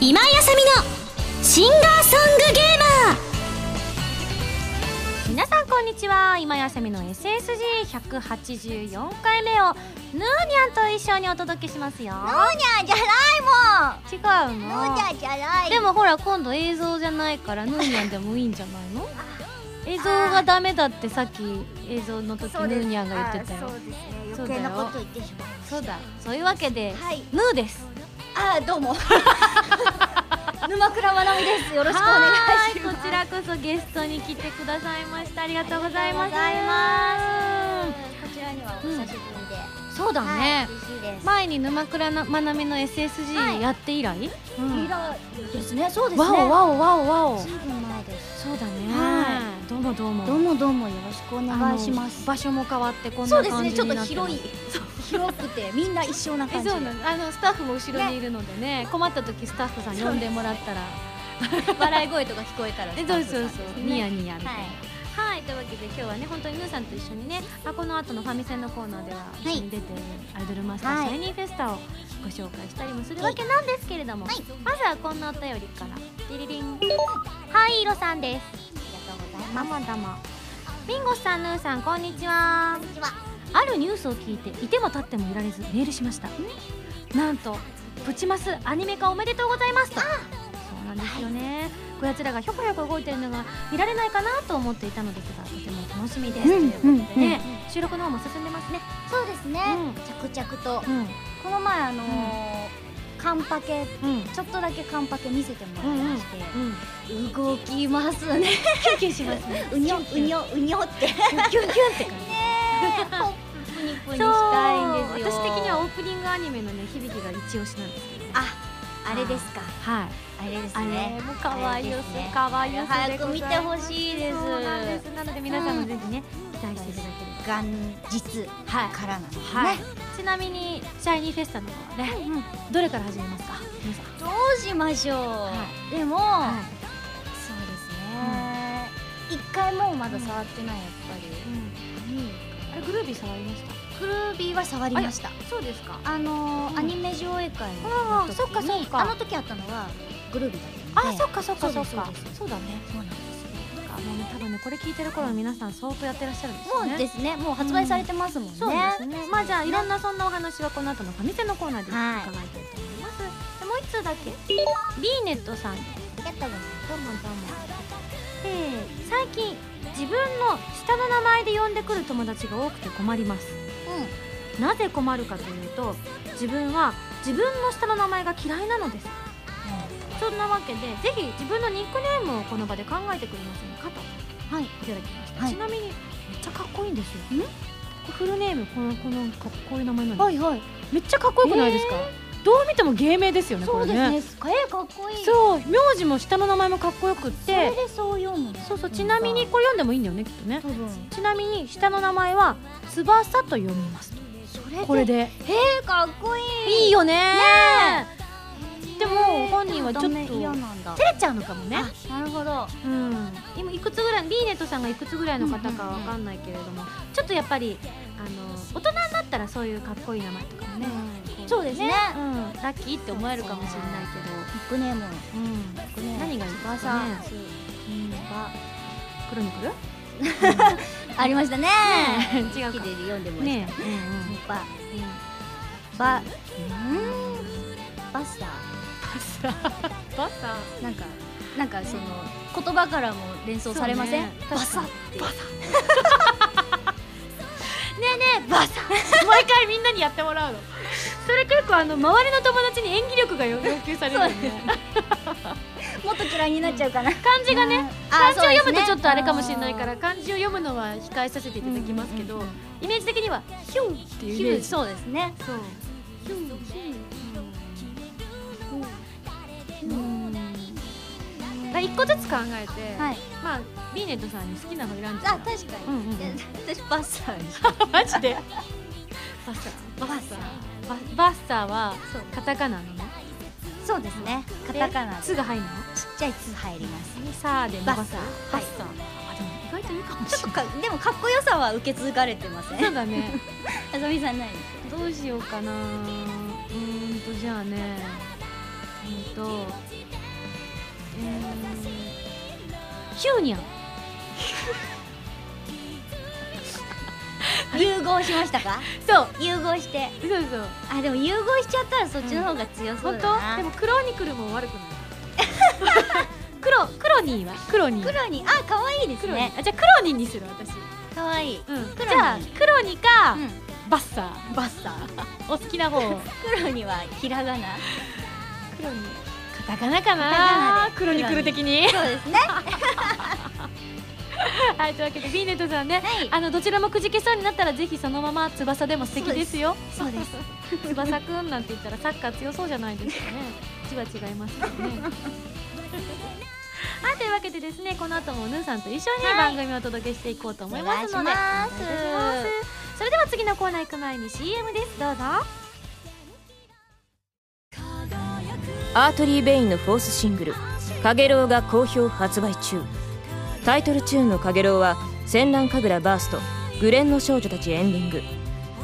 今井あさみのシンガーソングゲーマー皆さんこんにちは今井あさみの SSG184 回目をヌーニャンと一緒にお届けしますよノーニャじゃな違ういもんのノーニャじゃないでもほら今度映像じゃないからヌーニャンでもいいんじゃないの映像がダメだってさっき映像の時ヌそうでーすニャンが言ってたあよそうですねそ余計うだよなこと言ってしまうそうだそういうわけで、はいヌーですあどう も沼倉まなみですよろしくお願いしまはーすこちらこそゲストに来てくださいましたありがとうございますありがとうございますこちらにはお久しぶりで、そうだはいね、嬉しいです、前に沼倉なまなみの SSG やって以来、うん以来ですねそうですねわおわおわおわおずいぶん前ですそうだね、はどうもどうもどうもどうもよろしくお願いしますあの場所も変わってこんそうなです感じねにちなょっってとます広い広くてみんな一緒なえ感じそうなのあのスタッフも後ろにいるのでね困った時スタッフさん呼んでもらったら笑い声とか聞こえたらえそうそうそうニヤはいニヤみたいなはいというわけで今日はね本当にヌーさんと一緒にね、まあ、この後のファミセンのコーナーでは一緒に出てるアイドルマスターはいシャイニーフェスタをご紹介したりもするわけなんですけれども、はいまずはこんなお便りからリリリンはいイロさんですありがとうございますママだまビンゴスさんヌーさんこんにちはこんにちはあるニュースを聞いていても立ってもいられずメールしましたなんとプチマスアニメ化おめでとうございますとそうなんですよね、こやつらがひょこひょこ動いてるのが見られないかなと思っていたのですがとても楽しみです、うんということでね、う収録の方も進んでますねそうですね、着々とうんこの前あのーカンパケうんちょっとだけカンパケ見せてもらいまして、うん動きますねキュンキュンしますねうにょうにょうにょってキュンキュンって感ポじップニプそうニしたいんですよ私的にはオープニングアニメのね響きが一押しなんですけどねああれですかはいあれですあねれも可愛いあよれですね可愛いよ早く見てほしいですそうなんですなので皆さんもぜひね期待していただければ元日はいからなんですね、はい、ちなみにシャイニーフェスタの方はね、うんどれから始めますか皆さんどうしましょう、はでも、はいそうですね一、回もまだ触ってないやっぱり、あれグルービー触りましたグルービーは触りましたそうですかあのーうんアニメ上映会のああ時にそっかそっかあの時あったのはグルービーだったのあ、でそっかそっかそっそうかですそうですそうだねそうなんですねなんかもうね多分ねこれ聞いてる頃の皆さん相当やってらっしゃるんですよねもうですねもう発売されてますもんね、そうですねまあじゃあいろんなそんなお話はこの後のファミセのコーナーで伺いたいと思います、でもう一通だけ B ネットさんやったことどうもどうもえー最近自分の下の名前で呼んでくる友達が多くて困りますないなぜ困るかというと自分は自分の下の名前が嫌いなのですそんなわけでぜひ自分のニックネームをこの場で考えてくれませんかとはいいただきました、はいちなみにめっちゃかっこいいんですよフルネームこのこのかっこいい名前なうんんではいはいめっちゃかっこよくないですか、どう見ても芸名ですよねそこうれでねすねえかっこいいそう名字も下の名前もかっこよくっそれてでそう読むのそうそうちなみにこれ読んでもいいんだよねきっとね多分ちなみに下の名前は翼と読みますそれでこれでえー、かっこいいいいよねいでも本人はちょっと嫌なんだ照れちゃうのかもねあなるほどうん今いくつぐらい B ネットさんがいくつぐらいの方かわかんないけれども、ちょっとやっぱりあの大人になったらそういうかっこいい名前とかもね、うんそうですねうん、ラッキーって思えるかもしれないニックネームけど、うん、ニックネーム何がいいですかね翼うんクロニクルありましたねねえ違うか好きで読んでもらいねましえ、うんたバうんうバん、うんバスタバサバサーなんかなんかその言葉からも連想されません、そうねバサってバサねえねえバサ毎回みんなにやってもらうのそれ結構あの周りの友達に演技力が要求されるよねもっと嫌いになっちゃうかな漢字がねあー漢字を読むとちょっとあれかもしれないから漢字を読むのは控えさせていただきますけど、うんうんイメージ的にはヒュンっていうイメージそうですねそうヒュンううんんまあ一個ずつ考えて、はいまあビーネットさんに好きなの選んであ確かに、うんうんうんで私バスターにしマジでバッサーバッサーババッサーはそうカタカナのねそうですねカタカナでちっツが入るのちゃい「つ」入りますサーで伸ばすバッサーバッサーあでも意外といいかもしちれょっなといかでもかっこよさは受け継がれてませんそうだねあざみさんない どうしようかなうーんとじゃあねうんとえー、ヒューニャン融合しましたかそう融合してそうそうあでも融合しちゃったらそっちの方が強そう本だな、当でもクロニクルも悪くない クロクロニーはクロニー黒にあ可愛いですクロニねーあじゃあクロニーにする私可愛いうんクロニーじゃあクロニか、うんバッサーバッサーお好きな 方を黒にはひらがな黒にカタカナかカタカナなで黒に来る的にそうですねはいというわけでビーネットさんねはいあのどちらもくじけそうになったらぜひそのまま翼でも素敵ですよそうですそう翼くんなんて言ったらサッカー強そうじゃないですかね字は違いますよねはいというわけでですねこの後もおぬんさんと一緒にはい番組をお届けしていこうとお思いま願いしすまのすで、お願いしますそれでは次のコーナー行く前に CM ですどうぞアートリー・ベインのフォースシングル「かげろう」が好評発売中タイトルチューンの「かげろう」は「戦乱神楽バースト」「グレンの少女たち」エンディング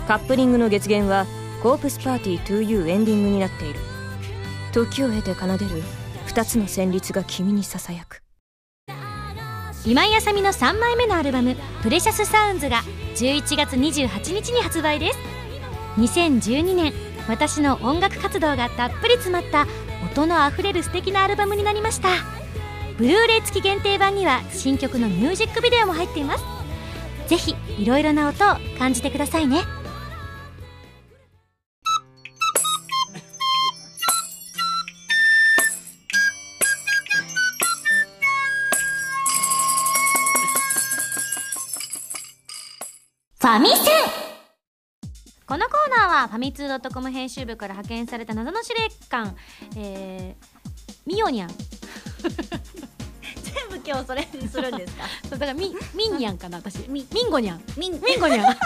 カップリングの月限は「コープスパーティー 2U」エンディングになっている時を経て奏でる2つの旋律が君にささやく今井あさみの3枚目のアルバム「プレシャスサウンズが11月28日に発売です2012年私の音楽活動がたっぷり詰まった音のあふれる素敵なアルバムになりましたブルーレイ付き限定版には新曲のミュージックビデオも入っていますぜひいろいろな音を感じてくださいねファミセこのコーナーはファミツー .com 編集部から派遣された謎の司令官、えー、ミヨニャン全部今日それにするんですかそうだからミミンニャンかな私ミミンゴニャンみんミンゴニャン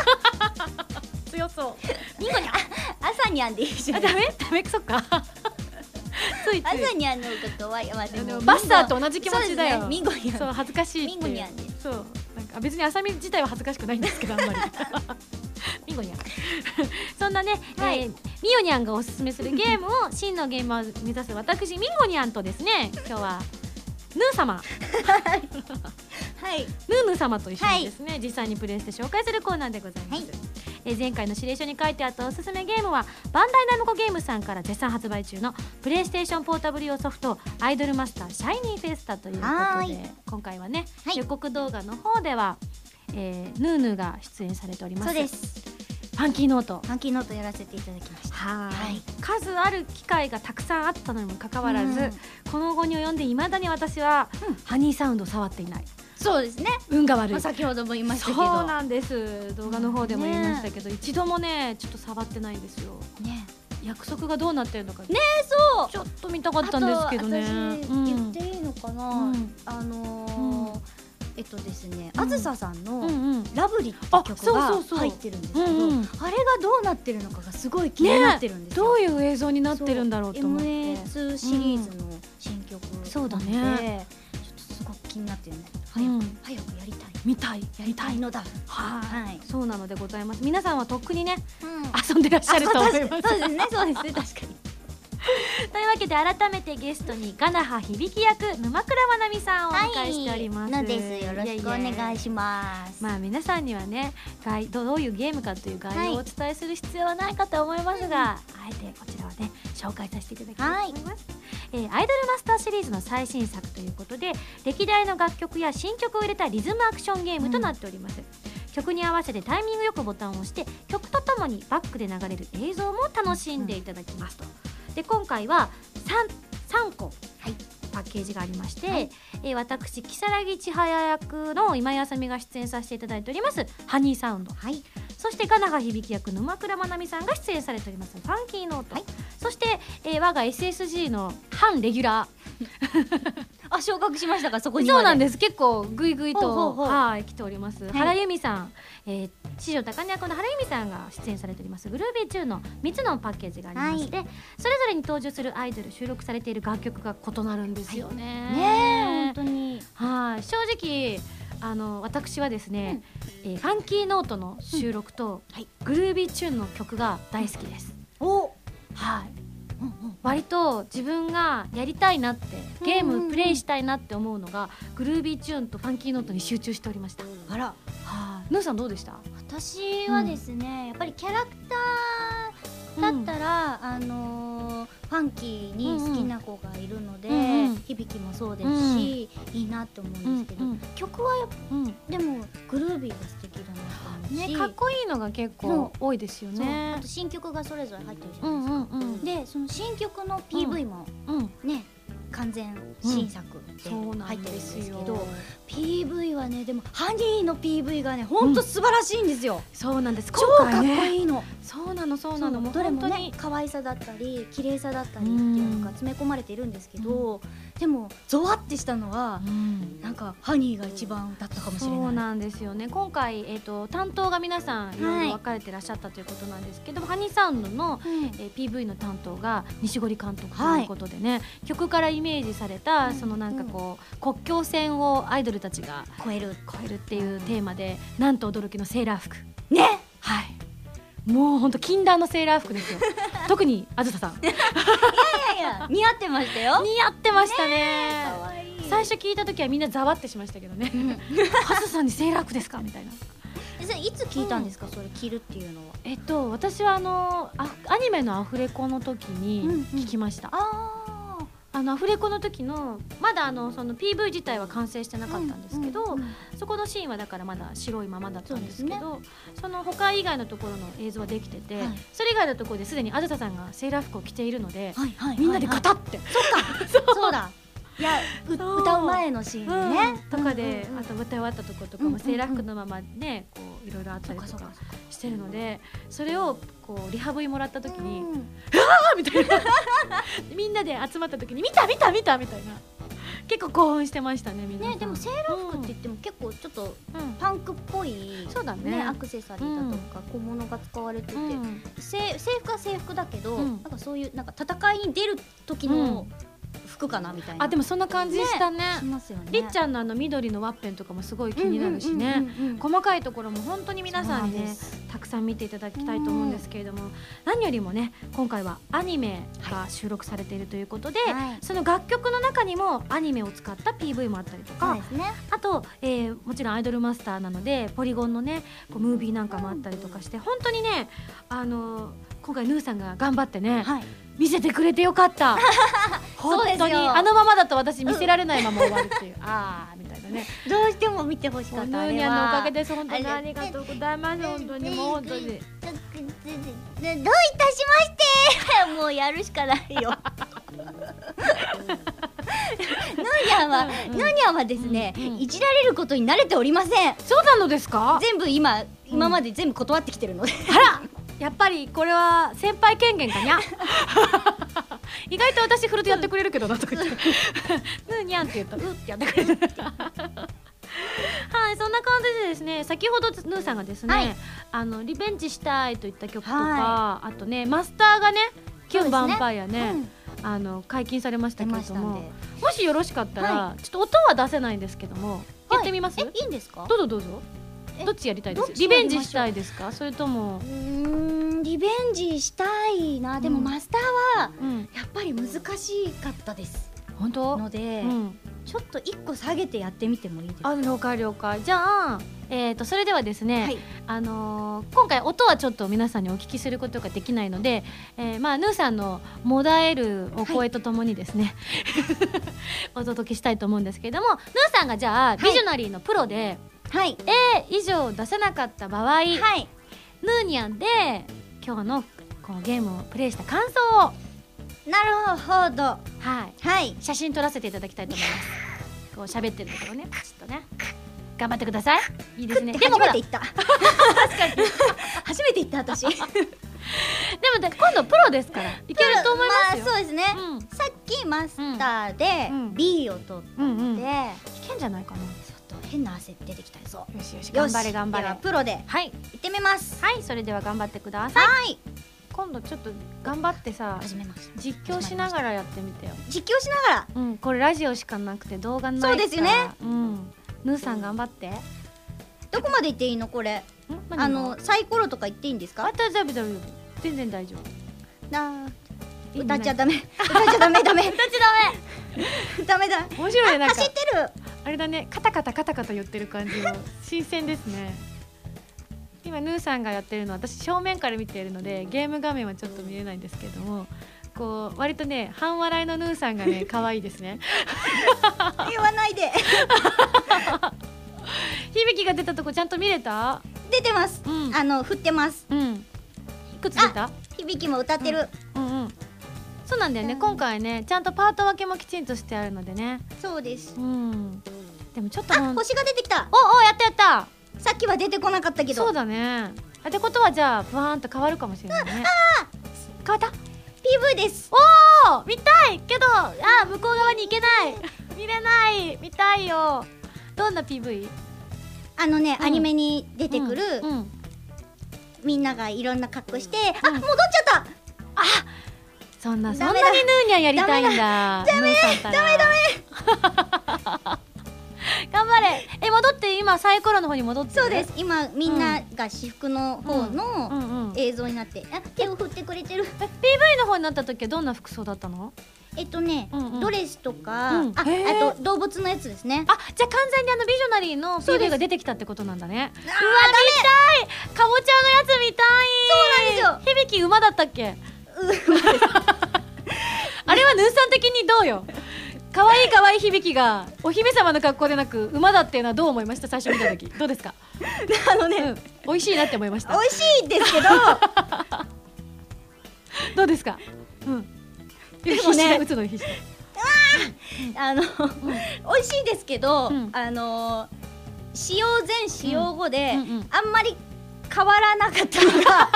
強そうミンゴニャン朝にゃんでいいじゃあんダメダメそっかついつ朝いにゃんの方が可愛いまあででももバスターと同じ気持そうちでだすよねミンゴニそうャン恥ずかしいっていうミンゴニャンですそうなんか別に浅見自体は恥ずかしくないんですけ どあんまりミンゴニャンそんなね、はいえーミヨニャンがおすすめするゲームを真のゲームを目指す私ミンゴニャンとですね今日はヌー様はいヌーヌー様と一緒にですね、実際にプレイして紹介するコーナーでございます、はいえー前回の指令書に書いてあったおすすめゲームはバンダイナムコゲームさんから絶賛発売中のプレイステーションポータブル用ソフト「アイドルマスターシャイニーフェスタ」というこはとーでい今回はね、はい予告動画の方では、えー、ヌーヌーが出演されておりますそうですファンキーノートファンキーノートやらせていただきましたはーいはい数ある機会がたくさんあったのにもかかわらず、うんこの後に及んでいまだに私は、ハニーサウンドを触っていないそうですね運が悪いまあ先ほども言いましたそけうどなんです動画の方でも言いましたけど、一度もねちょっと触ってないんですよね約束がどうなってるのかねそうちょっと見たかったんですけどあねと私、うん言っていいのかな、うんあのーうえっとですね、うんあずささんの、うんうんラブリって曲あそうそうそうが入ってるんですけどあうんうんれがどうなってるのかがすごい気になってるんですどよ、ういう映像になってるんだろうと思って MA2 シリーズの新曲なので、そうだねちょっとすごく気になってるねう早く、ん早くやりたい見たいやりたいのだはい、はいそうなのでございます皆さんはとっくにねうん遊んでらっしゃると思いあますそうですそうですねそうですね確かにというわけで改めてゲストにガナハ響き役沼倉まなみさんをお迎えしております、のですよろしくお願いしますまあ皆さんにはね概どどういうゲームかという概要をお伝えする必要はないかと思いますが、あえてこちらをね紹介させていただきたいと思います、えーアイドルマスターシリーズの最新作ということで歴代の楽曲や新曲を入れたリズムアクションゲームとなっております、曲に合わせてタイミングよくボタンを押して曲とともにバックで流れる映像も楽しんでいただきますと、で今回は 3, 3個パッケージがありまして、えー私如月千早役の今井あさみが出演させていただいております「ハニーサウンド」はいそしてガナガ響き役沼倉まなみさんが出演されております「ファンキーノート」そして、えー我が SSG の反レギュラーあ昇格しましたかそこにそうなんでです結構ぐいぐいとほうほうほうはい来ております、い原由美さん、えー、師匠高根役の原由美さんが出演されておりますグルービーチューの3つのパッケージがありまして、それぞれに登場するアイドル収録されている楽曲が異なるんですよね、ねえ本当にはい、正直あの私はですね、えーファンキーノートの収録と、グルービーチューンの曲が大好きです。おはい、割と自分がやりたいなってゲーうんうんうムんプレイしたいなって思うのが、グルービーチューンとファンキーノートに集中しておりました。はい、あらヌーさんどうでした？私はですね、やっぱりキャラクターだったら、あのーファンキーに好きな子がいるので、うんうん響きもそうですし、いいなって思うんですけど、うんうん曲はやっぱうん、でもグルービーが素敵だなと思うし、ねかっこいいのが結構多いですよそうねあと。新曲がそれぞれ入ってるじゃうないんですうか、んうん。でその新曲の PV もうん、ね完全新作でそうな入っんてるんでですすけど、よ。 PV はねでもハニーの PV がねほんと素晴らしいんですよ、そうなんです。超今かっ回こねいいの、そうなのそうなのもうどれ本も当ねに。可愛さだったり綺麗さだったりっていうのが詰め込まれているんですけど、でもゾワってしたのはうんなんかハニーが一番だったかもしれないそうなんですよね今回、えー、と担当が皆さんいろいろ分かれてらっしゃったということなんですけども、ハニーサウンドの、うんえー PV の担当が西堀監督とはいいうことでね、曲からイメージされた、うんそのなんかこう国境線をアイドルたちが超える越えるっていうテーマで、なんと驚きのセーラー服ねはいもう本当禁断のセーラー服 ですよ特にあずささん似いやいや似合ってましたよ合ってましたね可愛い最初聞いた時はみんなざわってしましたけどね「 あずさんにセーラー服ですか?」みたいな。えそれいつ聞いたんですか、それ着るっていうのはえっと、私はあのアアニメのアフレコの時うんにうん聞きました、あああのアフレコの時のまだあのその PV 自体は完成してなかったんですけど、そこのシーンはだからまだ白いままだったんですけそどその他以外のところの映像はできてて、はいそれ以外のところですでにあずささんがセーラー服を着ているので、はいはいみんなでガタって、 そうだいやうそう歌う前のシーンうんね、とかで、うんうんうんあと歌い終わったところとかもセーラー服のままねこういろいろあったそっりかそとっかかしてるのでそれをこうリハブイもらった時に。うんみたいなみんなで集まった時に見た見た見たみたいな結構興奮してましたねみんなねでもセーララーー服って言っても結構ちょっとうん、うんパンクっぽいそうだねアクセサリーだとか小物が使われてて、うんせ制服は制服だけど、うんなんかそういうなんか戦いに出る時の服かなみたいな、あでもそんな感じしたねしますよねりっちゃんのあの緑のワッペンとかもすごい気になるしね、うんうんうんうん細かいところも本当に皆さんにそうなねですたくさん見ていただきたいと思うんですけれども、何よりもね今回はアニメが収録されているということで、はいその楽曲の中にもアニメを使った PV もあったりとそか、うですねあと、えーもちろんアイドルマスターなのでポリゴンのねこうムービーなんかもあったりとかして本当にねあのー今回ヌーさんが頑張ってね、はい見せてくれてよかった そう本ですよ当にあのままだと私見せられないまま終わるっていう、あーみたいなねどうしても見てほしかったヌーあニれャはのおかげです本当にああれりがとうございます本当にもう本当にどどういたしまして もうやるしかない よヌーニャンは、うんうんヌーニャンはですね、うんうんいじられることに慣れておりませんそうなのですか全部今今まで全部断ってきてるの で、やっぱりこれは先輩権限かにゃ 意外と私フルでやってくれるけどなとか 言って「ぬーにゃん」って言ったら「うっ」てやってくれるはいそんな感じでですね先ほどぬーさんがですね、はいあのリベンジしたいといった曲とか、はあとねマスターがね「キュンバンパイアね」うんあの解禁されました出けれましどたんでももしよろしかったら、はちょっと音は出せないんですけども、やってみますえどいいんですかうぞどうぞえどっちやりたいですどっちリやりましょうベンジしたいですかそれともう、ーんリベンジしたいなでもうんマスターはうん、やっぱり難しかったです本当ので、うんちょっと一個下げてやってみてもいいですかあ了解了解じゃあ、えー、とそれではですね、はいあのー今回音はちょっと皆さんにお聞きすることができないので、えーまあ、ヌーさんの「もだえる」お声とともにです ね、お届けしたいと思うんですけれどもヌーさんがじゃあ、いビジョナリーのプロではい「以上」出せなかった場合、ヌはいーニャンで今日のこうゲームをプレイした感想を、なるほどはい、はい写真撮らせていただきたいと思います。こう喋ってるところね、ちょっとね、頑張ってください。いいですね。で初もほめらて、行った 初めて行った 私いけるでもで今度プロですからいけると思いますよ、そうですね、うん、さっきマスターでうん B を取って、うんうんちいょけんじゃないかなよっと変な汗出てきたぞしよしよ頑し張れ頑張れでははプロでい行ってみますはいそれでは頑張ってくださいはい今度ちょっと頑張ってさ始めました実況しながらやってみてよ実況しながらうんこれラジオしかなくて動画ないからそうですよねうんヌーさん頑張ってんどこまで行っていいのこれ何があのサイコロとか言っていいんですあか大丈夫大丈夫全然大丈な夫歌っちゃだダメ歌っちゃダメ ダメ歌っちゃダメダメだ面白いねなんか走ってるあれだねカタカタカタカタ言ってる感じ の新鮮ですね今ヌーさんがやってるのは私正面から見ているのでゲーム画面はちょっと見えないんですけどもこう割とね半笑いのヌーさんがね 可愛いですね言わないで響きが出たとこちゃんと見れた出てますうんあの振ってますうんいくつ出た響きも歌ってるうんうんそうなんだよねうん今回ねちゃんとパート分けもきちんとしてあるのでねそうですうんでもちょっとほあん星が出てきたおおやったやったさっきは出てこなかったけどそうだねあってことはじゃあブワーンと変わるかもしれないね変わった PV ですお見たいけどあー向こう側に行けない 見れない見たいよどんな PV あのねうんアニメに出てくるうんうんみんながいろんな格好してあうん戻っちゃっそんなそんダなメにだヌーニャやりたいんだダメダメダメ頑張れえ戻って今サイコロの方に戻ってたるそうです今みんなが私服の方うのんうんえ映像になってあ手を振ってくれてる PV の方になった時はどんな服装だったのえっとねうんうんドレスとかあうんあへーと動物のやつですねあじゃあ完全にあのビジョナリーのそうです PV が出てきたってことなんだねあうーわ見たいかぼちゃのやつ見たいそうなんですよ響き馬だったっけうあれはヌーさん的にどうよ可愛い可愛い響きがお姫様の格好でなく馬だっていうのはどう思いました最初見た時どうですか あのうねん美味しいなって思いまし美た味しいですけどどうですかうんでもね必死だ打つのに必死だあの美味しいですけどうんあの使用前使用後でうんうんうんあんまり変わらなかったの が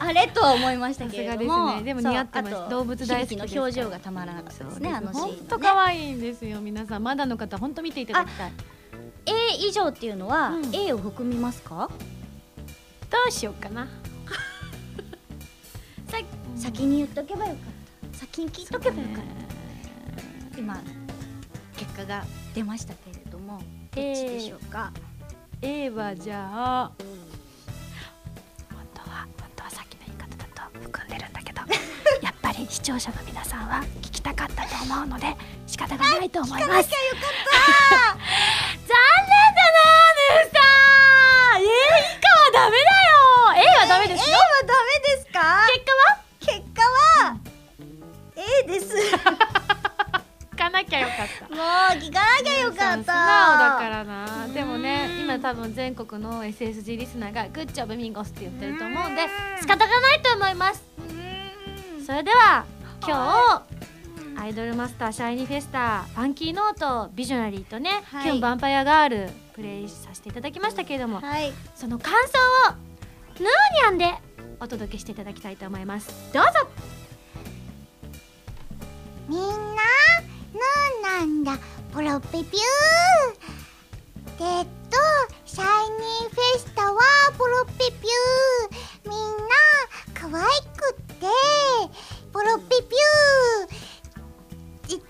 あれとは思いましたけれどもさすがですねでも似合ってましたそうあと動物大好きです響の表情がたまらなかったですねあのシ本ーンの当ね可愛いんですよ皆さんまだの方本当見ていただきたい A 以上っていうのはうん A を含みますかどうしようかなさ先に言っとけばよかった先に聞いとけばよかっねた今結果が出ましたけれどもどっ A ちでしょうか A はじゃあ本当は本当はさっきの言い方だと含んでるんだ けどやっぱり視聴者の皆さんは聞きたかったと思うので仕方がないと思います 残念だなヌーさん A 以下はダメだよ A はダメです A よはダメですか結果は結果は A です聞かなきゃよかっもたう聞かなきゃよかった素直だからうなんでもね今多分全国の SSG リスナーが「グッジョブミンゴス」って言ってると思うんでうん仕方がないと思いますうーんそれでは今日アイドルマスターシャイニーフェスタファンキーノートビジョナリーとね、はいキュンヴァンパイアガールプレイさせていただきましたけれども、はいその感想をヌーニャンでお届けしていただきたいと思いますどうぞみんな、ヌーなんだ、ポロピピュー。えっと、シャイニーフェスタはポロピピュー。みんな、可愛くって、ポロピピュー。えっと、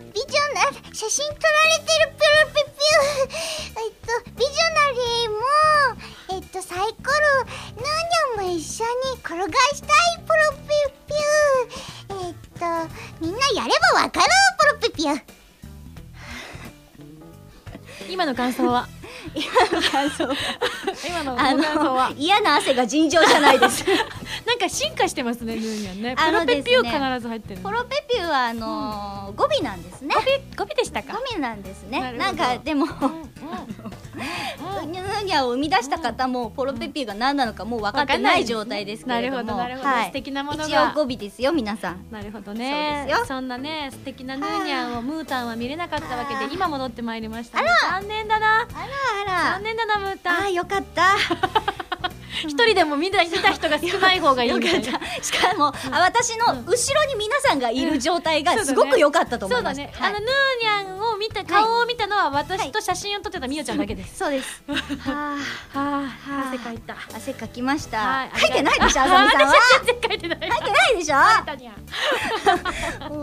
ビジョナリ写真撮られてるポロピピュー。えっと、ビジョナリーも、えっと、サイコロ、ヌーニャンも一緒に転がしたいポロピピュー。えっと、みんなやればわかるポロピピュー。今の感想 は感想 今のごあ感想はの嫌な汗が尋常じゃないです なんか進化してますねヌーニャンねあプのロでペすピュねー必ず入ってるポロペピュはあのー語尾なんですねゴビでした語か尾なんですなねるなほんどかでもうん ニャニャを生み出した方もポロペピュが何なのかもう分かってない状態ですけれどもなるほどなるほどはい素敵なものが一応語尾ですよ皆さんなるほどねそうですよんなね素敵なヌーニャンをムータンは見れなかったわけで今戻ってまいりましたね残念だなあらあ残念だなムーらあタンよかった一人でも見た見た人が少ない方がいいよみかたいっなたしかも、あ私の後ろに皆さんがいる状態うがんすごく良かったと思いう そだました、ねあのヌーニャンを見見た顔を見たのは私と写真を撮ってたみよちゃんだけです。そうです。ははあ、 あ汗かいた。あ、汗かきました。はい書いてないでしょ、あさみさんは。全然書いて な書い。いてないでしょ。たにゃは、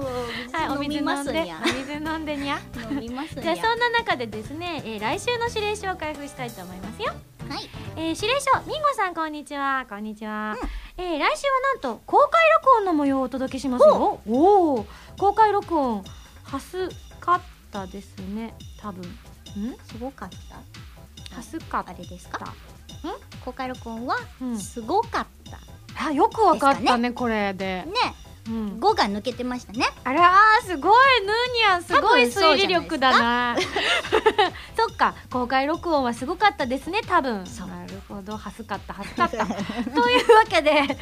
はいお水飲みま飲んす で、にゃ。お水飲んでにゃ。飲みますにじゃゃ。あそんな中でですね、えー来週の指令書を開封したいと思いますよ。はい。えー、指令書、みんごさんこんにちは。こんにちは。えー来週はなんと公開録音の模様をお届けしますよ。おおー、公開録音、はすかったですね。多分。んすごかった。はすかっあれですか。た。公開録音はうん。すごかった。あ、よくわかっですたかね、これで。ね、うん。語が抜けてましたね。あらーすごいヌーニャンすごい多分そ推うじ理ゃないです力か だなそっか公開録音はすごかったですね多分そうなるほどはすかったはすかった というわけで 公開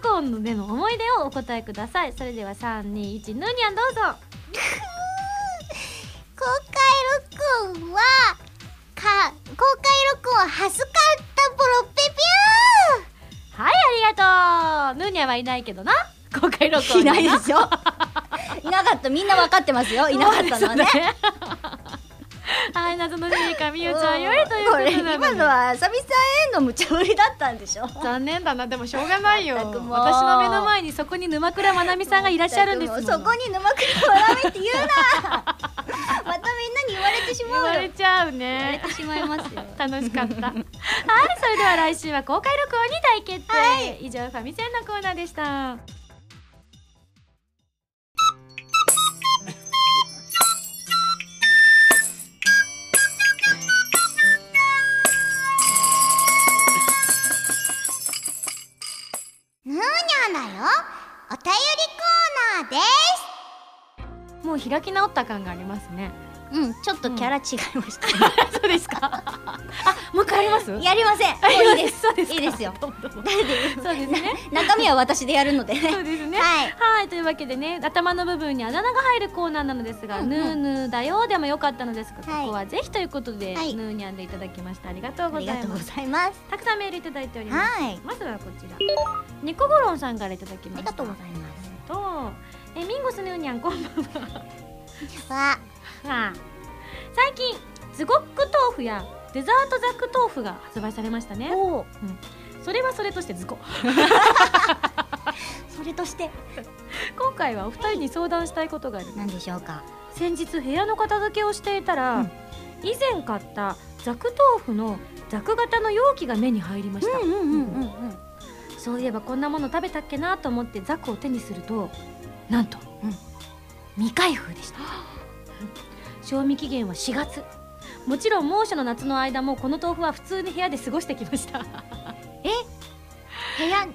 録音での思い出をお答えくださいそれでは321ヌーニャンどうぞ公開録音はか公開録音はすかったボロッペピはいありがとうヌーニャンはいないけどな公開録音いないでなしょ。いなかった、みんな分かってますよ。いなかったのはね。そうです はい謎の時間みゆちゃんよりというこことれなの今にのはあさみさんへの無茶ぶりだったんでしょ残念だなでもしょうがないよ全く私もうの目の前にそこに沼倉まなみさんがいらっしゃるんですもんそこに沼倉わらみって言うな またみんなに言われてし言まわうれよちゃう言われねてしまいますよ楽しかった はいそれでは来週は公開録音に大決定、以上ファミセンのコーナーでしたューヌーニャンだよお便りコーナーですもう開き直った感がありますね うんちょっとキャラ違いました、そうですか あもう一回ありますやりま せんあもういいです そうですかいいですよどうもどうも誰でいいそうです ね中身は私でやるの でそねうですねはいはいというわけでね頭の部分にあだ名が入るコーナーなのですが「うんうんヌーヌーだよ」でもよかったのですが、はいここはぜひということで、はいヌーニャンでいただきましたありがとうあござりがいとうまごすざいますたくさんメールいただいております、はいまずはこちら猫ゴロンさんからいただあきまりしがたとうございますとえミンゴスヌーニャンこんばんわは最近ズゴック豆腐やデザートザック豆腐が発売されましたねおおそれはそれとしてズコそれとして今回はお二人に相談したいことがある何でしょうか先日部屋の片付けをしていたら、うん以前買ったザク豆腐のザク型の容器が目に入りました、うんうんうんうんそういえばこんなもの食べたっけなと思ってザクを手にするとなんと、うん未開封でした、うん賞味期限は4月もちろん猛暑の夏の間もこの豆腐は普通に部屋で過ごしてきました部屋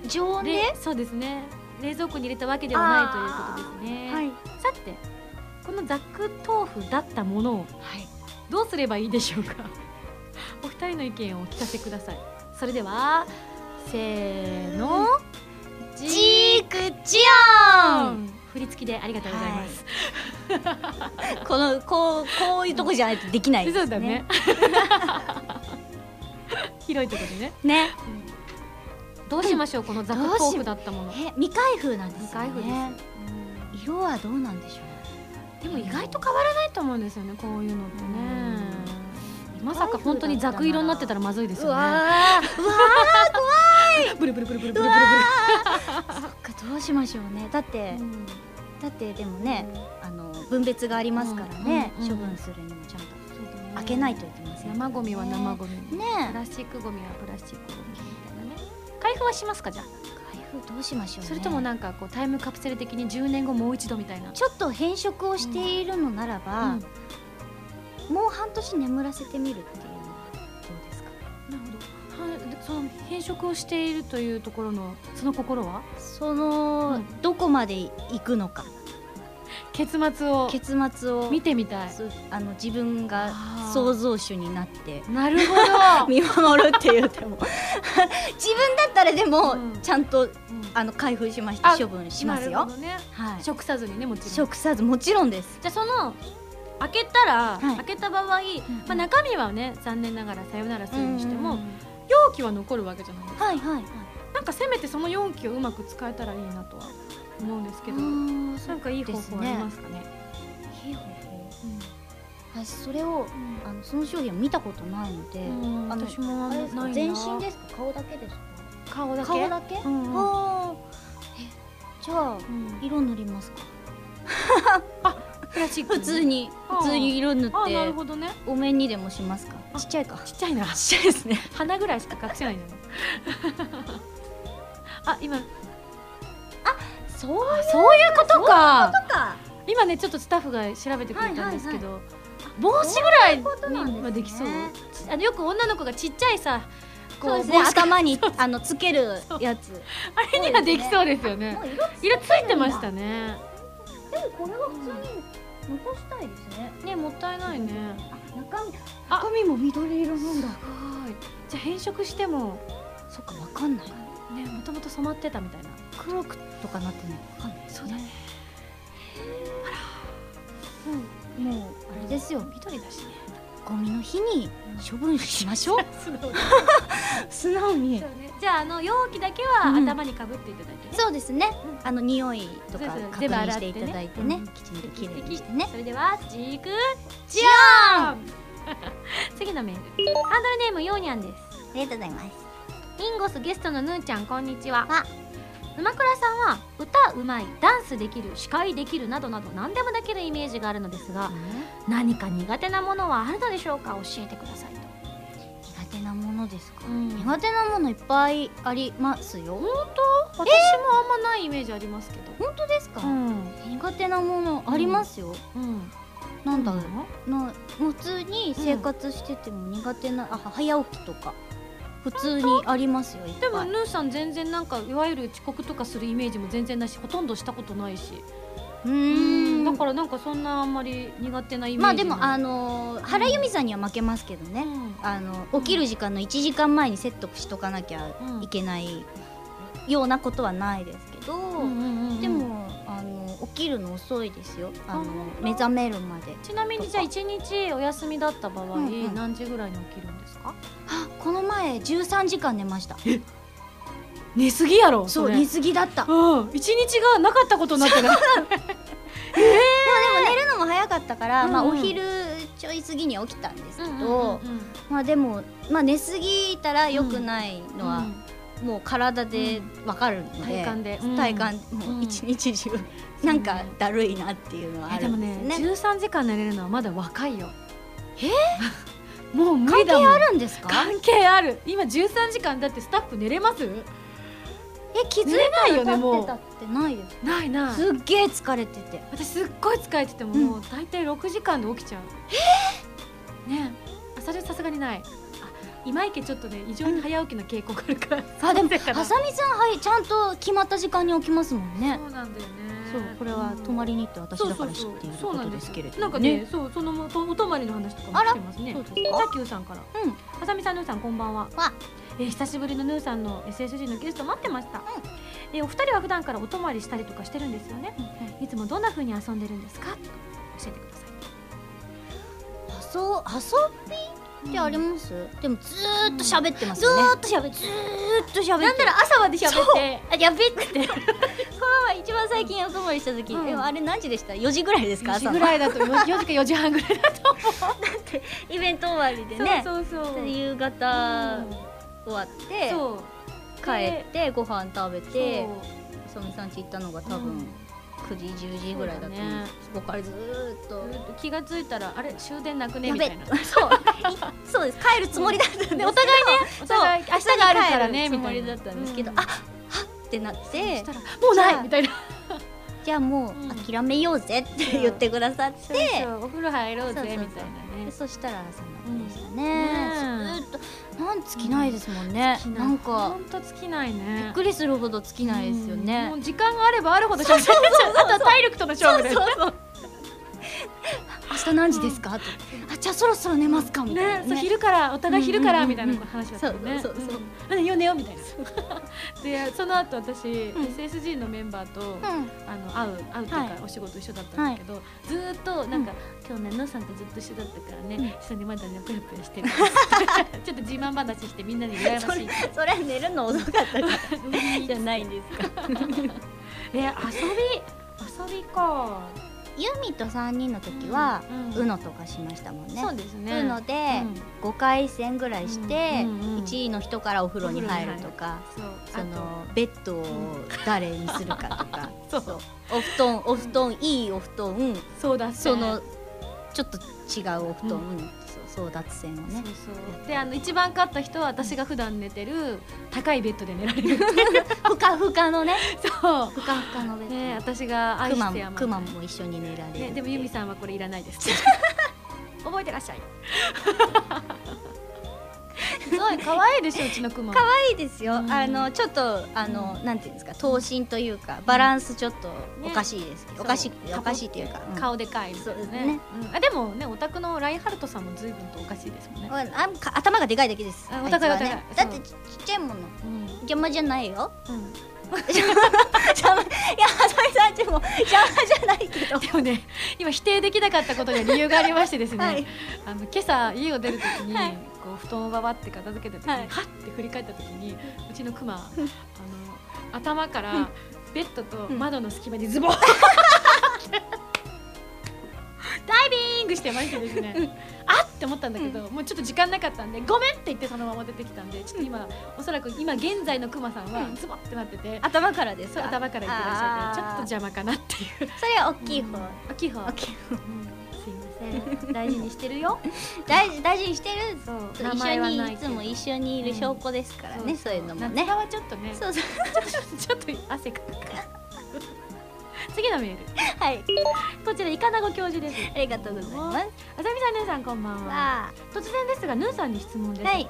常でねそうですね冷蔵庫に入れたわけではないということですね、はいさてこのザク豆腐だったものをはいどうすればいいでしょうかお二人の意見をお聞かせくださいそれではせーのジークチオン振り付きでありがとうございます、このこうこういうとこじゃないとできないですねそうだね 広いところでねねどうしましょうこのザク豆腐だったもの、え未開封なんですよね未開封です色はどうなんでしょでも意外と変わらないと思うんですよねこういうのってねまさか本当にザク色になってたらまずいですううよねわーうわブルブルブルブルブルブルうわーそっかどうしましょうねだって、うんだってでもね、あの分別がありますからね、うんうんうん処分するにもちゃんとそうだね開けないといけません生ゴミは生ねゴミ、プえラスチックゴミはプラスチックゴミみたいなね開封はしますかじゃあ開封どうしましょうねそれともななんかこうタイムカプセル的に10年後もう一度みたいなちょっと変色をしているのならば、うんもう半年眠らせてみるっていうのはどうですかなるほどはでその変色をしているというところのその心はその、うんどこまで行くのか結末を結末を見てみたいそうあの自分があー創造主になってなるほ ど、見守るって言っても 自分だったらでも、うんちゃんとうんあの開封しましあて処分しますなるよほ。どねはい。食さずにねもちろん食さずもちろんです。じゃあその開けたら、はい開けた場合、まあ、中身はね残念ながらさよならするにしてうも、ん容器は残るわけじゃないですかはいはいはい。なんかせめてその容器をうまく使えたらいいなとは思うんですけど、うーんなんかいい方です法ねありますかね。いい方法私それをあのその商品を見たことないので、うんあの私もあれですかないな全身ですか顔だけですか顔だけ顔だけ、あんあえじゃあうん色塗りますかプラスチック普通にあー普通に色塗っあなてるほどねお面にでもしますかあちっちゃいかちっちゃいなちっちゃいです ね鼻ぐらいしか隠せないのあ今そうそういうことかとか今ねちょっとスタッフが調べてくれたんですけど、帽子そういうことぐならんですいねにはできそうちあのよく女の子がちっちゃいさこそううですね帽子か頭にあのつけるやつあれにはできそうですよねもう色つ色ついてましたねでもこれは普通に残したいですねねもったいないねあ中身あ中身も緑色なんだすごいじゃあ変色してもそっかわかんないねもともと染まってたみたいな黒くとかなってないわかんないそうだねもうあれですよ緑だしねゴミの日に処分しま しょう素直にそうねじゃああの容器だけはうん頭にかぶっていただいてね、そうですねあの匂いとかそうそう確認していただいてね全部洗ってねきちんときれいにしてねそれではジークじゃん 次のメールハンドルネームヨーニャンですありがとうございますインゴスゲストのぬーちゃんこんにちはあ沼倉さんは歌うまいダンスできる司会できるなどなど何でもできるイメージがあるのですが何か苦手なものはあるのでしょうか教えてくださいと苦手なものですかうん苦手なものいっぱいありますよ私もあんまないイメージありますけど本当ですかん苦手なものありますようんなんだろうのなもう普通に生活してても苦手な、あ早起きとか普通にありますよいっでもぱいヌーさん全然なんかいわゆる遅刻とかするイメージも全然ないしほとんどしたことないしうーだんからなんかそんなあんまり苦手なイメージまあでもあののー原由美さんには負けますけどね、あの起きる時間の1時間前にセットしとかなきゃうんいけないようなことはないですけど、ででももあの起きるの遅いですよああの本当目覚めるまでちなみにじゃあ一日お休みだった場合、うんうん何時ぐらいに起きるんですかあこの前13時間寝ました寝すぎやろそうれ寝すぎだったうん一日がなかったことになって るでも寝るのも早かったから、うんうんまあ、お昼ちょい過ぎには起きたんですけど、うんまあでも、まあ、寝すぎたら良くないのは、もう体でわかるので、体感で、うん体感もう一日中、なんかだるいなっていうのはあえでるもんでねすね。 13時間寝れるのはまだ若いよえ もう無理だもんあるんですか？関係ある今13時間だってスタッフ寝れますえ気づい寝れないよたら経っねもてたってないです。うないないすっげえ疲れてて。私すっごい疲れててもうんもう大体6時間で起きちゃうえねあそれさすがにないあ今池ちょっとね異常に早起きの傾向があるから、あでもだからあさみさんはいちゃんと決まった時間に起きますもんねそ。うなんだよねそうこれは泊まりに行って私だから知っているそうこなんとでですすよけれどなもんかね、そうそのもとお泊まりの話とかもあら来てますねそうですジかャキューさんからうんあさみさん、ぬーさんこんばんはわえー久しぶりのぬーさんの SSG のゲスト待ってました、えーお二人は普段からお泊まりしたりとかしてるんですよねいつもどんな風に遊んでるんですか教えてくださ遊いびってあります？でもずーっと喋ってますよね。と喋ってずーっと喋ってるなんなら朝まで喋ってあやべってこの前一番最近お泊まりした時、うんでもあれ何時でした4時ぐらいですか4時朝ぐのらいだと 4, 時か4時半ぐらいだイベント終わりでとねそうそうそうで夕う方ん終わって、そう帰ってご飯食べてそうそみさん家行ったのが多うん分9時10時ぐらいだと思そうだうねそこからずーっとずっと気がついたらあれ終電なくねやみべたっいな そういそうです帰るつもりだったんですけどでお互いねおそう互い明日があるからね帰るつみもたいりだなったんですけど、うんあはっってなっそてしたらもうなじゃいあみたいなじゃあもう諦めようぜって言ってくださって、そうお風呂入ろうぜそうみそたうそうでそいなねしたら朝まででしたね,、うんねえずーっとなん尽きないですもんね、尽きいなんかほんと尽きないびねっくりするほど尽きないですよね、もう時間があればあるほど喋っちゃうあとは体力との勝負で明日何時ですか、とあじゃあそろそろ寝ますかみたいな、ねね、そう昼からお互い昼からうんうみんうたんいな話だったよねそうそうそううんうん寝よう寝ようみたいな でその後私、ん SSG のメンバーと、うんあの会う会うっていうか、はいお仕事一緒だったんだけど、ずーっとなんか、今日ねのーさんとずっと一緒だったからね、うん一緒にまだねぷよぷよし てるちょっと自慢話してみんなに羨ましいって それ寝るの遅かったからじゃないんですかえ遊び遊びかユーミと3人の時は、うのとかしましたもんね。そうですねうので、5回戦ぐらいして、うんうんうん1位の人からお風呂に入るとか、そうそあのベッドを誰にするかと かそうお布団お布団いいお布団とそうだそのちょっと違うお布団、うそう争奪戦をそうねそうであの一番勝った人は私が普段寝てる高いベッドで寝られ るふかふかのねそふかふかのベうッド、ね私が愛クしマてやもまクマないも一緒に寝られる、ねでもユミさんはこれいらない です覚えてらっしゃいすごい可愛いでしょうちのクマ可愛いですよ、うんあのちょっとあの、なんていうんですか等身というかバランスちょっとねおかしいですけど、そうおかしい顔おかしいというか、うん顔でかいみたいなねねうんあでもねお宅のラインハルトさんも随分とおかしいですもんね、うんあんか頭がでかいだけですあお互いあつはおだっ互いてちちっちゃいものうんうん、邪魔じゃないよ邪魔いやはさみさんちも邪魔じゃないけどでもね今否定できなかったことには理由がありましてですね、はいあの今朝家を出るときに、はいこう布団をばばって片付けたときに、ははいって振り返ったときにうちのクマあの頭からベッドと窓の隙間にズ ボンダイビングしてましてですねあっって思ったんだけど、もうちょっと時間なかったんでごめんって言ってそのまま出てきたんでちょっと今おそらく今現在のクマさんはズボンってなってて、頭からですそうか頭からいってらっしゃるからちょっとあー邪魔かなっていう。それは大きい方、大きい方大きい方すいません大事にしてるよ大事大事にしてるそうそう一緒にいつも一緒にいる証拠ですからね、そういうのもね夏場はちょっとねそうそう ちょっと汗かくから 次のメールはいこちらイカナゴ教授ですありがとうございますあさみさんねさんこんばんはわ突然ですがヌーさんに質問であす、はい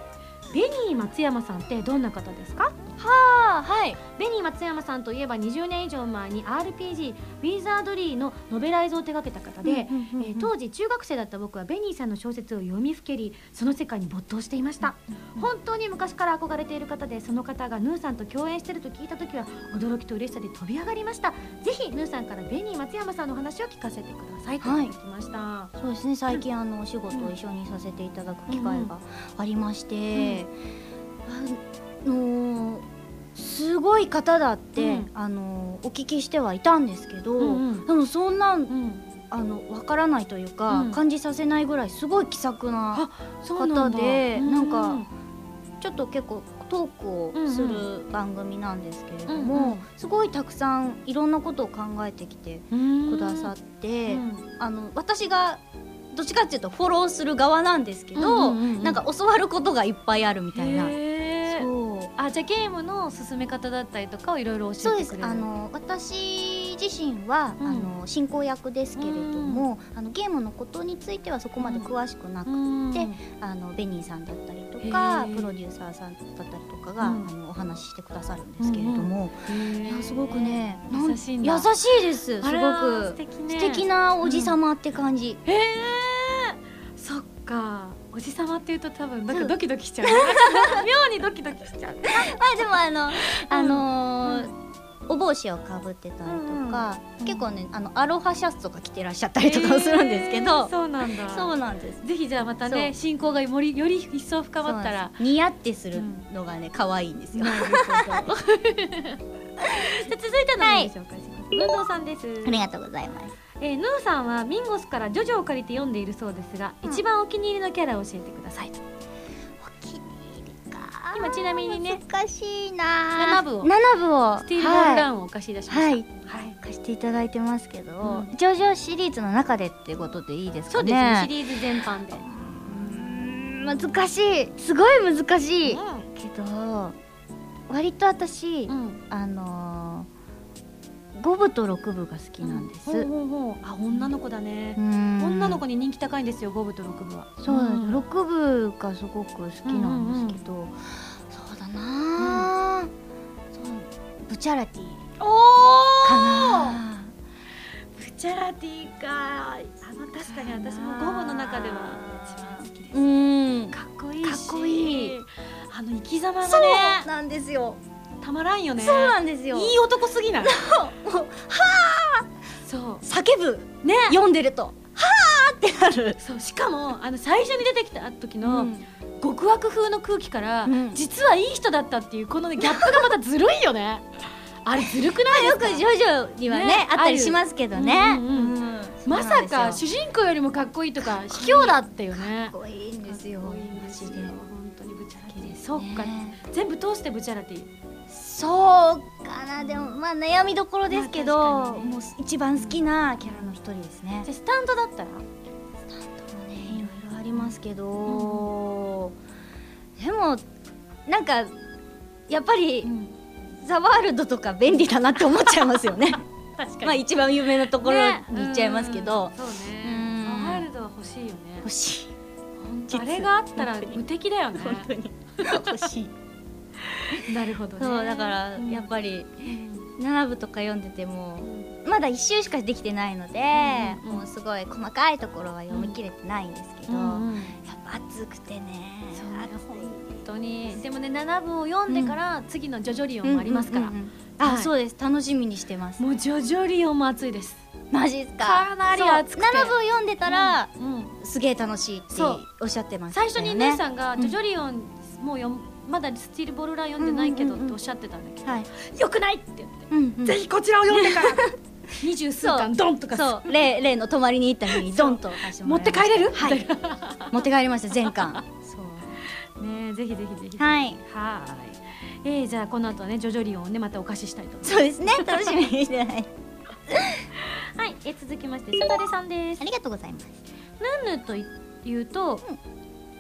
ベニー松山さんってどんな方ですかあはいベニー松山さんといえば20年以上前に RPG「ウィザードリー」のノベライズを手掛けた方で、えー当時中学生だった僕はベニーさんの小説を読みふけりその世界に没頭していました本当に昔から憧れている方でその方がヌーさんと共演してると聞いた時は驚きと嬉しさで飛び上がりましたぜひヌーさんからベニー松山さんの話を聞かせてくださいとはい聞きました、そうですね最近あのお仕事を一緒にさせていただく機会がありまして、あのーすごい方だって、うんあのーお聞きしてはいたんですけど、うんうんでもそんなうんん、あのわからないというか、うん感じさせないぐらいすごい気さくなそうなんだ方でうんなんかちょっと結構トークをすうる番組なんですけれども、うんうんすごいたくさんいろんなことを考えてきてうんくださって、うんあの私がどっちかっていうとフォローする側なんですけど、うんうんうんうんなんか教わることがいっぱいあるみたいな。へーそうあじゃあゲームの進め方だったりとかをいろいろ教そうえでてすくれるあの私自身は、うんあの進行役ですけれども、あのゲームのことについてはそこまで詳しくなく、うんであのベニーさんだったりとへかープロデューサーさんだったりとかが、うんあのお話ししてくださるんですけれども、いやすごくねなん優しいんだ優しいですすごあらく素敵素ね敵なおじさまって感じ、へえそっかおじさまっていうと多分なんかドキドキしちゃう 妙にドキドキしちゃうまあでもあの、 あのーお帽子をかぶってたりとか、うん結構ねあのアロハシャツとか着てらっしゃったりとかをするんですけへど、ーそうなんだそうなんですぜひじゃあまたそねう進行がよりより一層深まっそたらうなんです似合ってするのがね可愛いんですよ、ないでしょうか じゃあ続いてのメール紹介します文藤さんですありがとうございますえーヌーさんはミンゴスからジョジョを借りて読んでいるそうですがうん一番お気に入りのキャラを教えてくださいとお気に入りか今ちなみにね難しいな七部を七部をスティール・ダウン・ダウンをお貸し出しましたはい、はい、はい貸していただいてますけど、うんジョジョシリーズの中でってことでいいですそかうねですねシリーズ全般でうーん難しいすごい難しい、うけど割と私、んうんあのー、5部と6部が好きなんです、ほううほうほうあ女の子だねーん女の子に人気高いんですよ5部と6部はそうなんです、ん六6部がすごく好きなんですけど、そうだなあ、そうブチャラティおかおなブチャラティかあの確かに私も5部の中では一番好きです、うーんかっこいいしかっこいいあの生き様そがうねなんですよ、たまらんよねそうなんですよいい男すぎないもう そう叫ぶね読んでるとはあってなるそうしかもあの最初に出てきた時うの、ん極悪風の空気から、うん実はいい人だったっていうこの、ね、ギャップがまたずるい よねあれずるくないですよかくジョジョにはねねあったりしますけどね、うんうんそまさか主人公よりもかっこいいとか卑怯だっていうねっこいいんですよかっこいいんマですジよで本当にブチャラティそっかね全部通してブチャラティそうかなでもまあ悩みどころですけど、まあ確かにねもう一番好きなキャラの一人ですねじゃあスタンドだったらねいろいろありますけど、でもなんかやっぱり、ザワールドとか便利だなって思っちゃいますよ ね確まあ一番有名なところに行っちゃいますけど、ねうんそううんねサワールドは欲しいよね欲しいあれがあったら無敵だよね本当に 欲しいなるほどねそうだからやっぱり7部とか読んでてもまだ1周しかできてないので、うんうんうんもうすごい細かいところは読み切れてないんですけど、うんうんやっぱ暑くてねそうね暑い本当にでもね7部を読んでから次の「ジョジョリオン」もありますから、うんうんうんあ、はいそうです楽しみにしてますもう「ジョジョリオン」も熱いですマジっすかなり暑くてそう7部を読んでたら、うんすげえ楽しいってそうおっしゃってました最よね初に姉さんが「うんジョジョリオン」もう読むまだスチールボールライン読んでないけうんどっうんうんうんておっしゃってたんだけどはい、 「よくない!」って言ってうんうん、 「ぜひこちらを読んでから 二十数巻ドン!」とかそう例例の泊まりに行った日にドンと貸してもら持っいてました帰れるはいみたいな持って帰りました全巻ねぜひぜひぜひはいはーいえーじゃあこの後はね「ジョジョリオン」をねまたお貸ししたいと思いますそうですね楽しみにしてないはいえー続きましてさだれさんで すありがとうございますヌンヌというと、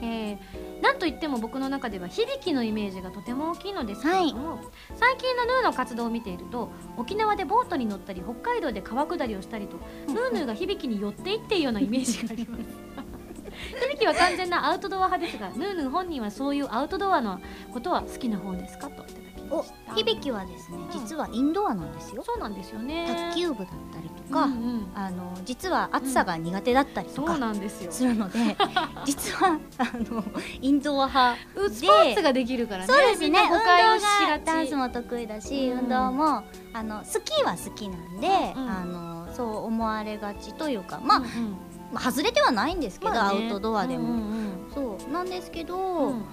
えーなんといっても僕の中では響きのイメージがとても大きいのですけれども、最近のヌーの活動を見ていると沖縄でボートに乗ったり北海道で川下りをしたりと、ヌーヌーが響きに寄っていっているようなイメージがあ ります。響きは完全なアウトドア派ですがヌーヌー本人はそういうアウトドアのことは好きな方ですかといただきまおした響きはですね実はインドアなんですよそうなんですよね卓球部だったりとか、うんうんあの実は暑さが苦手だったりとそか、うなんですよするの で実はあのインドア派うんスポーツができるからそねうですみんねな運動誤解をしががちダンスも得意だし、うん運動もあのスキーは好きなんで、うんうんあのそう思われがちというかまあうんうんまあ外れてはないんですけど、まあねアウトドアでも、うんうんそうなんですけどうんう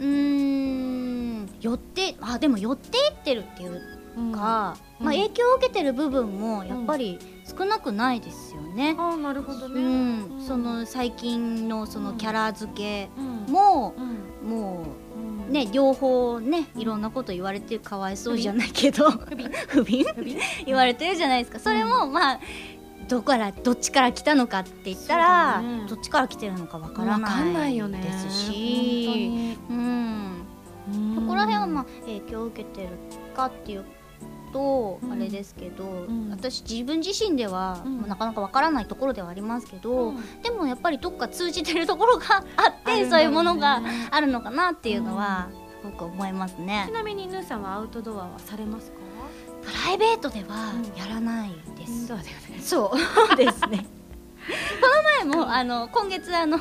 うんーん寄ってあでも寄っていってるっていううんか、うんまあ、影響を受けてる部分もやっぱり少なくないですよね。ああなるほどうねんうんその最近のそのキャラ付けうんも、うんもううんね、両方ねうんいろんなこと言われてかわいそうじゃないけど 不憫不憫言われてるじゃないですかそれもまあどこからどっちから来たのかって言ったら、そうだねどっちから来てるのかわわからないよねですし、うん、そそこら辺はまああ影響を受けてるかっていうとうんあれですけど、ん私自分自身では、うんまあなかなかわからないところではありますけど、っでもやっぱりどっか通じてるところがあってそういうものが。あるのかなっていうのはすごく思いますねち、なみにヌーさんはアウトドアはされますかプライベートではやらないでインす、ドアだよねそう ですねこの前もあの今月あの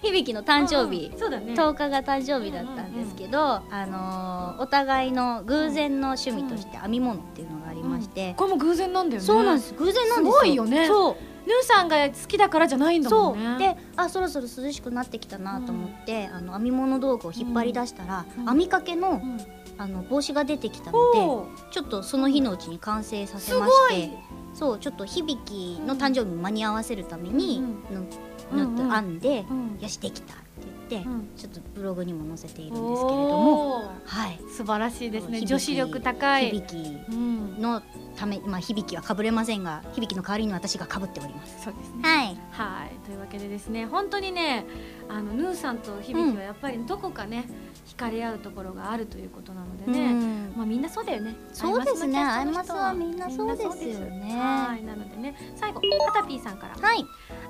響きの誕生日、うんそうだね10日が誕生日だったんですけど、あのーお互いの偶然の趣味として編み物っていうのがありまして、これも偶然なんだよねそうなんですす偶然なんですよすごいよねそうヌーさんが好きだからじゃないんだそもうんねであそろそろ涼しくなってきたなと思って、あの編み物道具を引っ張り出したら、うん編みかけのうんあの帽子が出てきたので、ほうちょっとその日のうちに完成させすまごしていそうちょっと響きの誕生日に間に合わせるために、うんぬうぬんっと編んで、うんよしできたって言って、うんちょっとブログにも載せているんですけれどもおーはい素晴らしいですね響き女子力高い響きうんのためまあ響きはかぶれませんが響きの代わりに私がかぶっておりますそうですねはいはい、というわけでですね本当にねあのヌーさんと響きはやっぱりどこかね、惹かれ合うところがあるということなのでうね、んまあみんなそうだよねそうですねアイマスのキャストのアイマス人はみんなそうですよねみんなそうですはいなのでね最後ハタピーさんからはい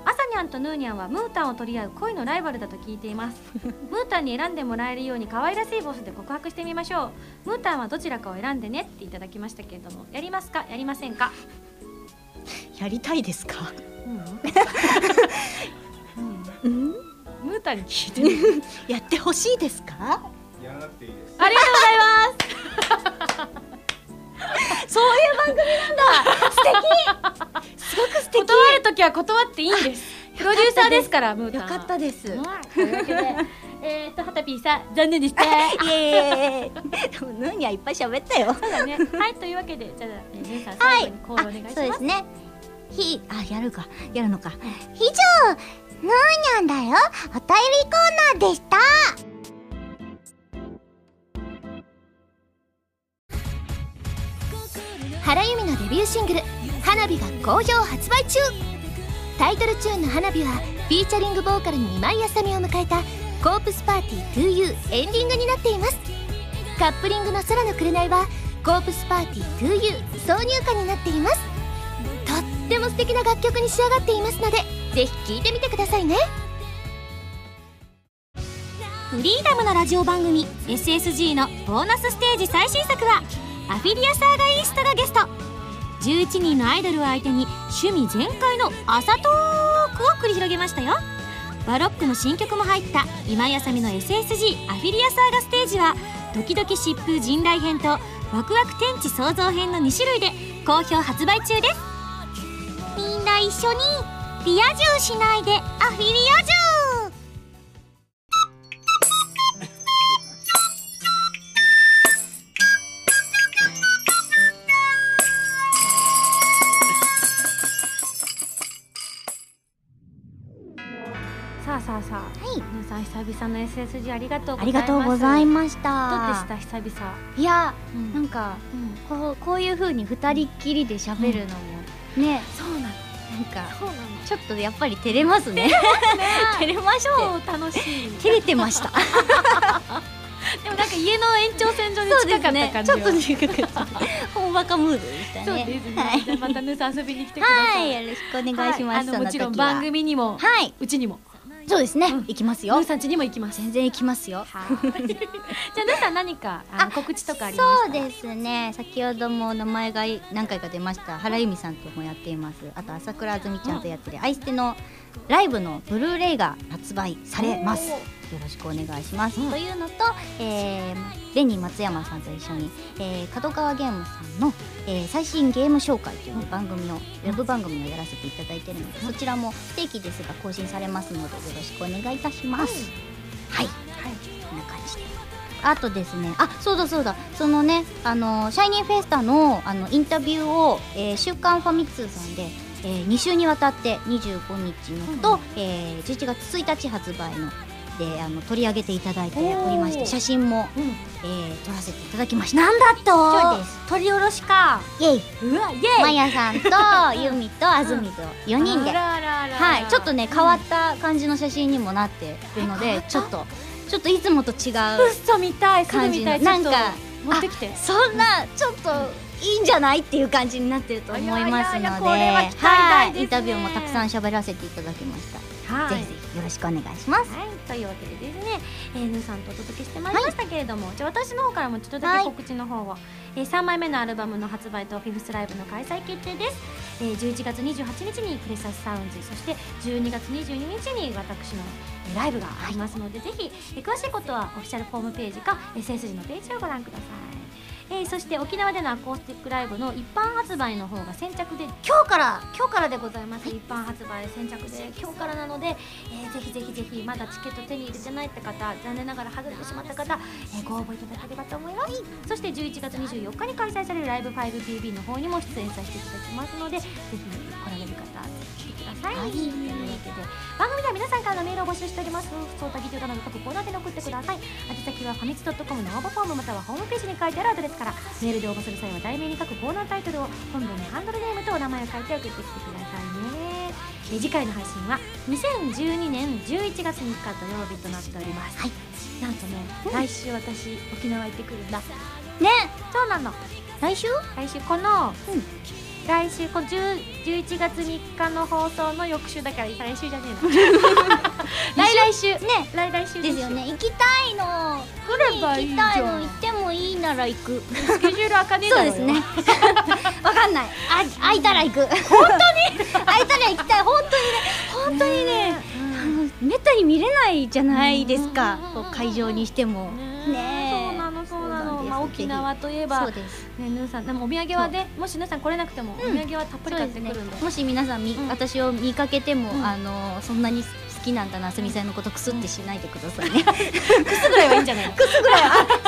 アサニャンとヌーニャンはムータンを取り合う恋のライバルだと聞いて いますムータンに選んでもらえるように可愛らしいボスで告白してみましょうムータンはどちらかを選んでねっていただきましたけれどもやりますかやりませんかやりたいです かうん、うん、うんムータンに聞いてるやってほしいですかやらなくていいです。ありがとうございますそういう番組なんだ素敵すごく素敵断るときは断っていいんです。プロデューサーですから、ムータよンは。かったですうんというわけで、えーっと、はたぴーさん、残念でした。イエーイ でもヌーニャいっぱい喋ったよそうだね。はい、というわけで、じゃあ、えー、ムーさん、最後にコールお願いします。そうですね。ひあやるかやるのか以上ヌーニャンだよお便りコーナーでした原由美のデビューシングル「花火」が好評発売中タイトルチューンの「花火」はフィーチャリングボーカルに今井あさみを迎えた「コープスパーティー 2U」エンディングになっていますカップリングの「空の紅」は「コープスパーティー 2U」挿入歌になっていますとっても素敵な楽曲に仕上がっていますのでぜひ聴いてみてくださいねフリーダムのラジオ番組 SSG のボーナスステージ最新作はアフィリアサーガイーストがゲスト11人のアイドルを相手に趣味全開の朝トークを繰り広げましたよバロックの新曲も入った今井あさみの SSG アフィリアサーガステージはドキドキ疾風陣雷編とワクワク天地創造編の2種類で好評発売中ですみんな一緒にリア充しないでアフィリア充さあさあさあ、皆さん久々の SSG ありがとうございますありがとうございまましたどうでした久々、いやうんなんかうんこうこういう風に二人っきりで喋るのも、ねそうなのなんかそうなのちょっとやっぱり照れますね照れまし超楽しい 照れてま したでもなんか家の延長線上にそうです近かったね感じちょはっと近かったほんわかムードでしたそうねですね、じゃあまたヌーさん遊びに来てくだはさいいよろしくお願いします、はいあのもちろそのん時は番組にも、はい、うちにもそうですね、うん行きますヌよー。さん家にも行きます全然行きますよ。 じゃあヌーさん何かあのあ告知とかありますそうですね、先ほども名前が何回か出ました、原由美さんともやっています。あと朝倉あずみちゃんとやってる、愛してのライブのブルーレイが発売されます。よろしくお願いします。というのと、えーレニー松山さんと一緒に、えー角川ゲームさんの、えー最新ゲーム紹介という番組を、ウェブ番組をやらせていただいているので、そちらも不定期ですが更新されますので、よろしくお願いいたします。はい、こんな感じで。あとですね、あそうだそうだ、そのね、あのシャイニーフェスタのあのインタビューを、えー週刊ファミ通さんで、え2週にわたって25日のと、えー11月1日発売のであの取り上げていただいておりまして、写真も、うんえー撮らせていただきました。なんそうだですと取り下ろしかイエイ、うわイエまイやさん とユミとあずみと4人であ、らあらあらはい、ちょっとね変わった感じの写真にもなってるのえ変わでっ、たちょっとちょっといつもと違ううっそ見たいすぐ感見じたのいなんちょっか。と持ってきてそんなちょっといいんじゃないっていう感じになってると思いますのでいやいやいやこれは期待大ですねはいインタビューもたくさん喋らせていただきました、はぜひぜひよろしくお願いしますはい、というわけでですね、えー、ヌーさんとお届けしてまいりましたけれども、じゃあ私の方からもちょっとだけ告知の方を、えー、3枚目のアルバムの発売とフィフスライブの開催決定です、えー、11月28日にプレシャスサウンズそして12月22日に私のえーライブがありますので、ぜひ、えー詳しいことはオフィシャルホームページか SSG のページをご覧ください、えー、そして沖縄でのアコースティックライブの一般発売の方が先着で今日から今日からでございます一般発売先着で今日からなのでえーぜひぜひぜひまだチケット手に入れてないって方残念ながら外れてしまった方、えーご応募いただければと思います、そして11月24日に開催されるライブ 5BB の方にも出演させていただきますのでぜひ来られる方ぜひ来てください、というわけで番組では皆さんからのメールを募集しております普通歌議場などの各コーナーで送ってください宛先はファミツ .com の応募フォームまたはホームページに書いてあるアドレスからメールで応募する際は題名に書くコーナータイトルを本文にハンドルネームとお名前を書いて送ってきてくださいねえー次回の配信は2012年11月3日土曜日となっております、なんとね、来週私沖縄行ってくるんだねそうなの来週来週この、うん来週この10 11月3日の放送の翌週だから来週じゃねえ な来来週ね来来週ですよね行きたいの来ればい行いじきゃたいのん行ってもいいなら行くスケジュール開かねえだそうろでよすねわかんないあ空いたら行く本当に 空いたら行きたい本当にね本当にねあのめったに見れないじゃないですかうんこう会場にしてもねえねえそうなのそうなそうなんのですまあぜひ沖縄といえばそうねですぬーさんでもお土産はねもしぬーさん来れなくても、お土産はたっぷそりう買でっすてねくるんで、もし皆さんみ、うん私を見かけても、うんあのそんなに好きなんだなすみさんのこと くすってしないでくださいね、 靴ぐらいはいいんじゃないの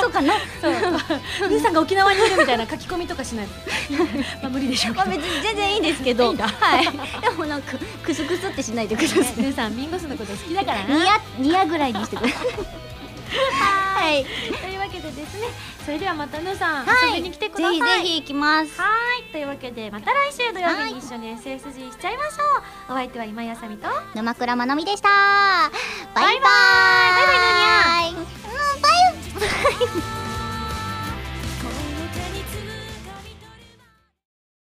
そうかなそう兄さんが沖縄にいるみたいな書き込みとかし ないとまあ無理でしょうけまあど別に全然いいんですけどはいでもなんかクスクスってしないでください姉さんミンゴスのこと好きだからな ニヤニヤぐらいにしてくださいはいというわけでですねそれではまたヌーさん、はい遊びに来てくださいぜひぜひ行きますはいというわけでまた来週土曜日に一緒に SSG しちゃいましょうお相手は今井あさみと沼倉まなみでしたバイバーイバイバイバイバイ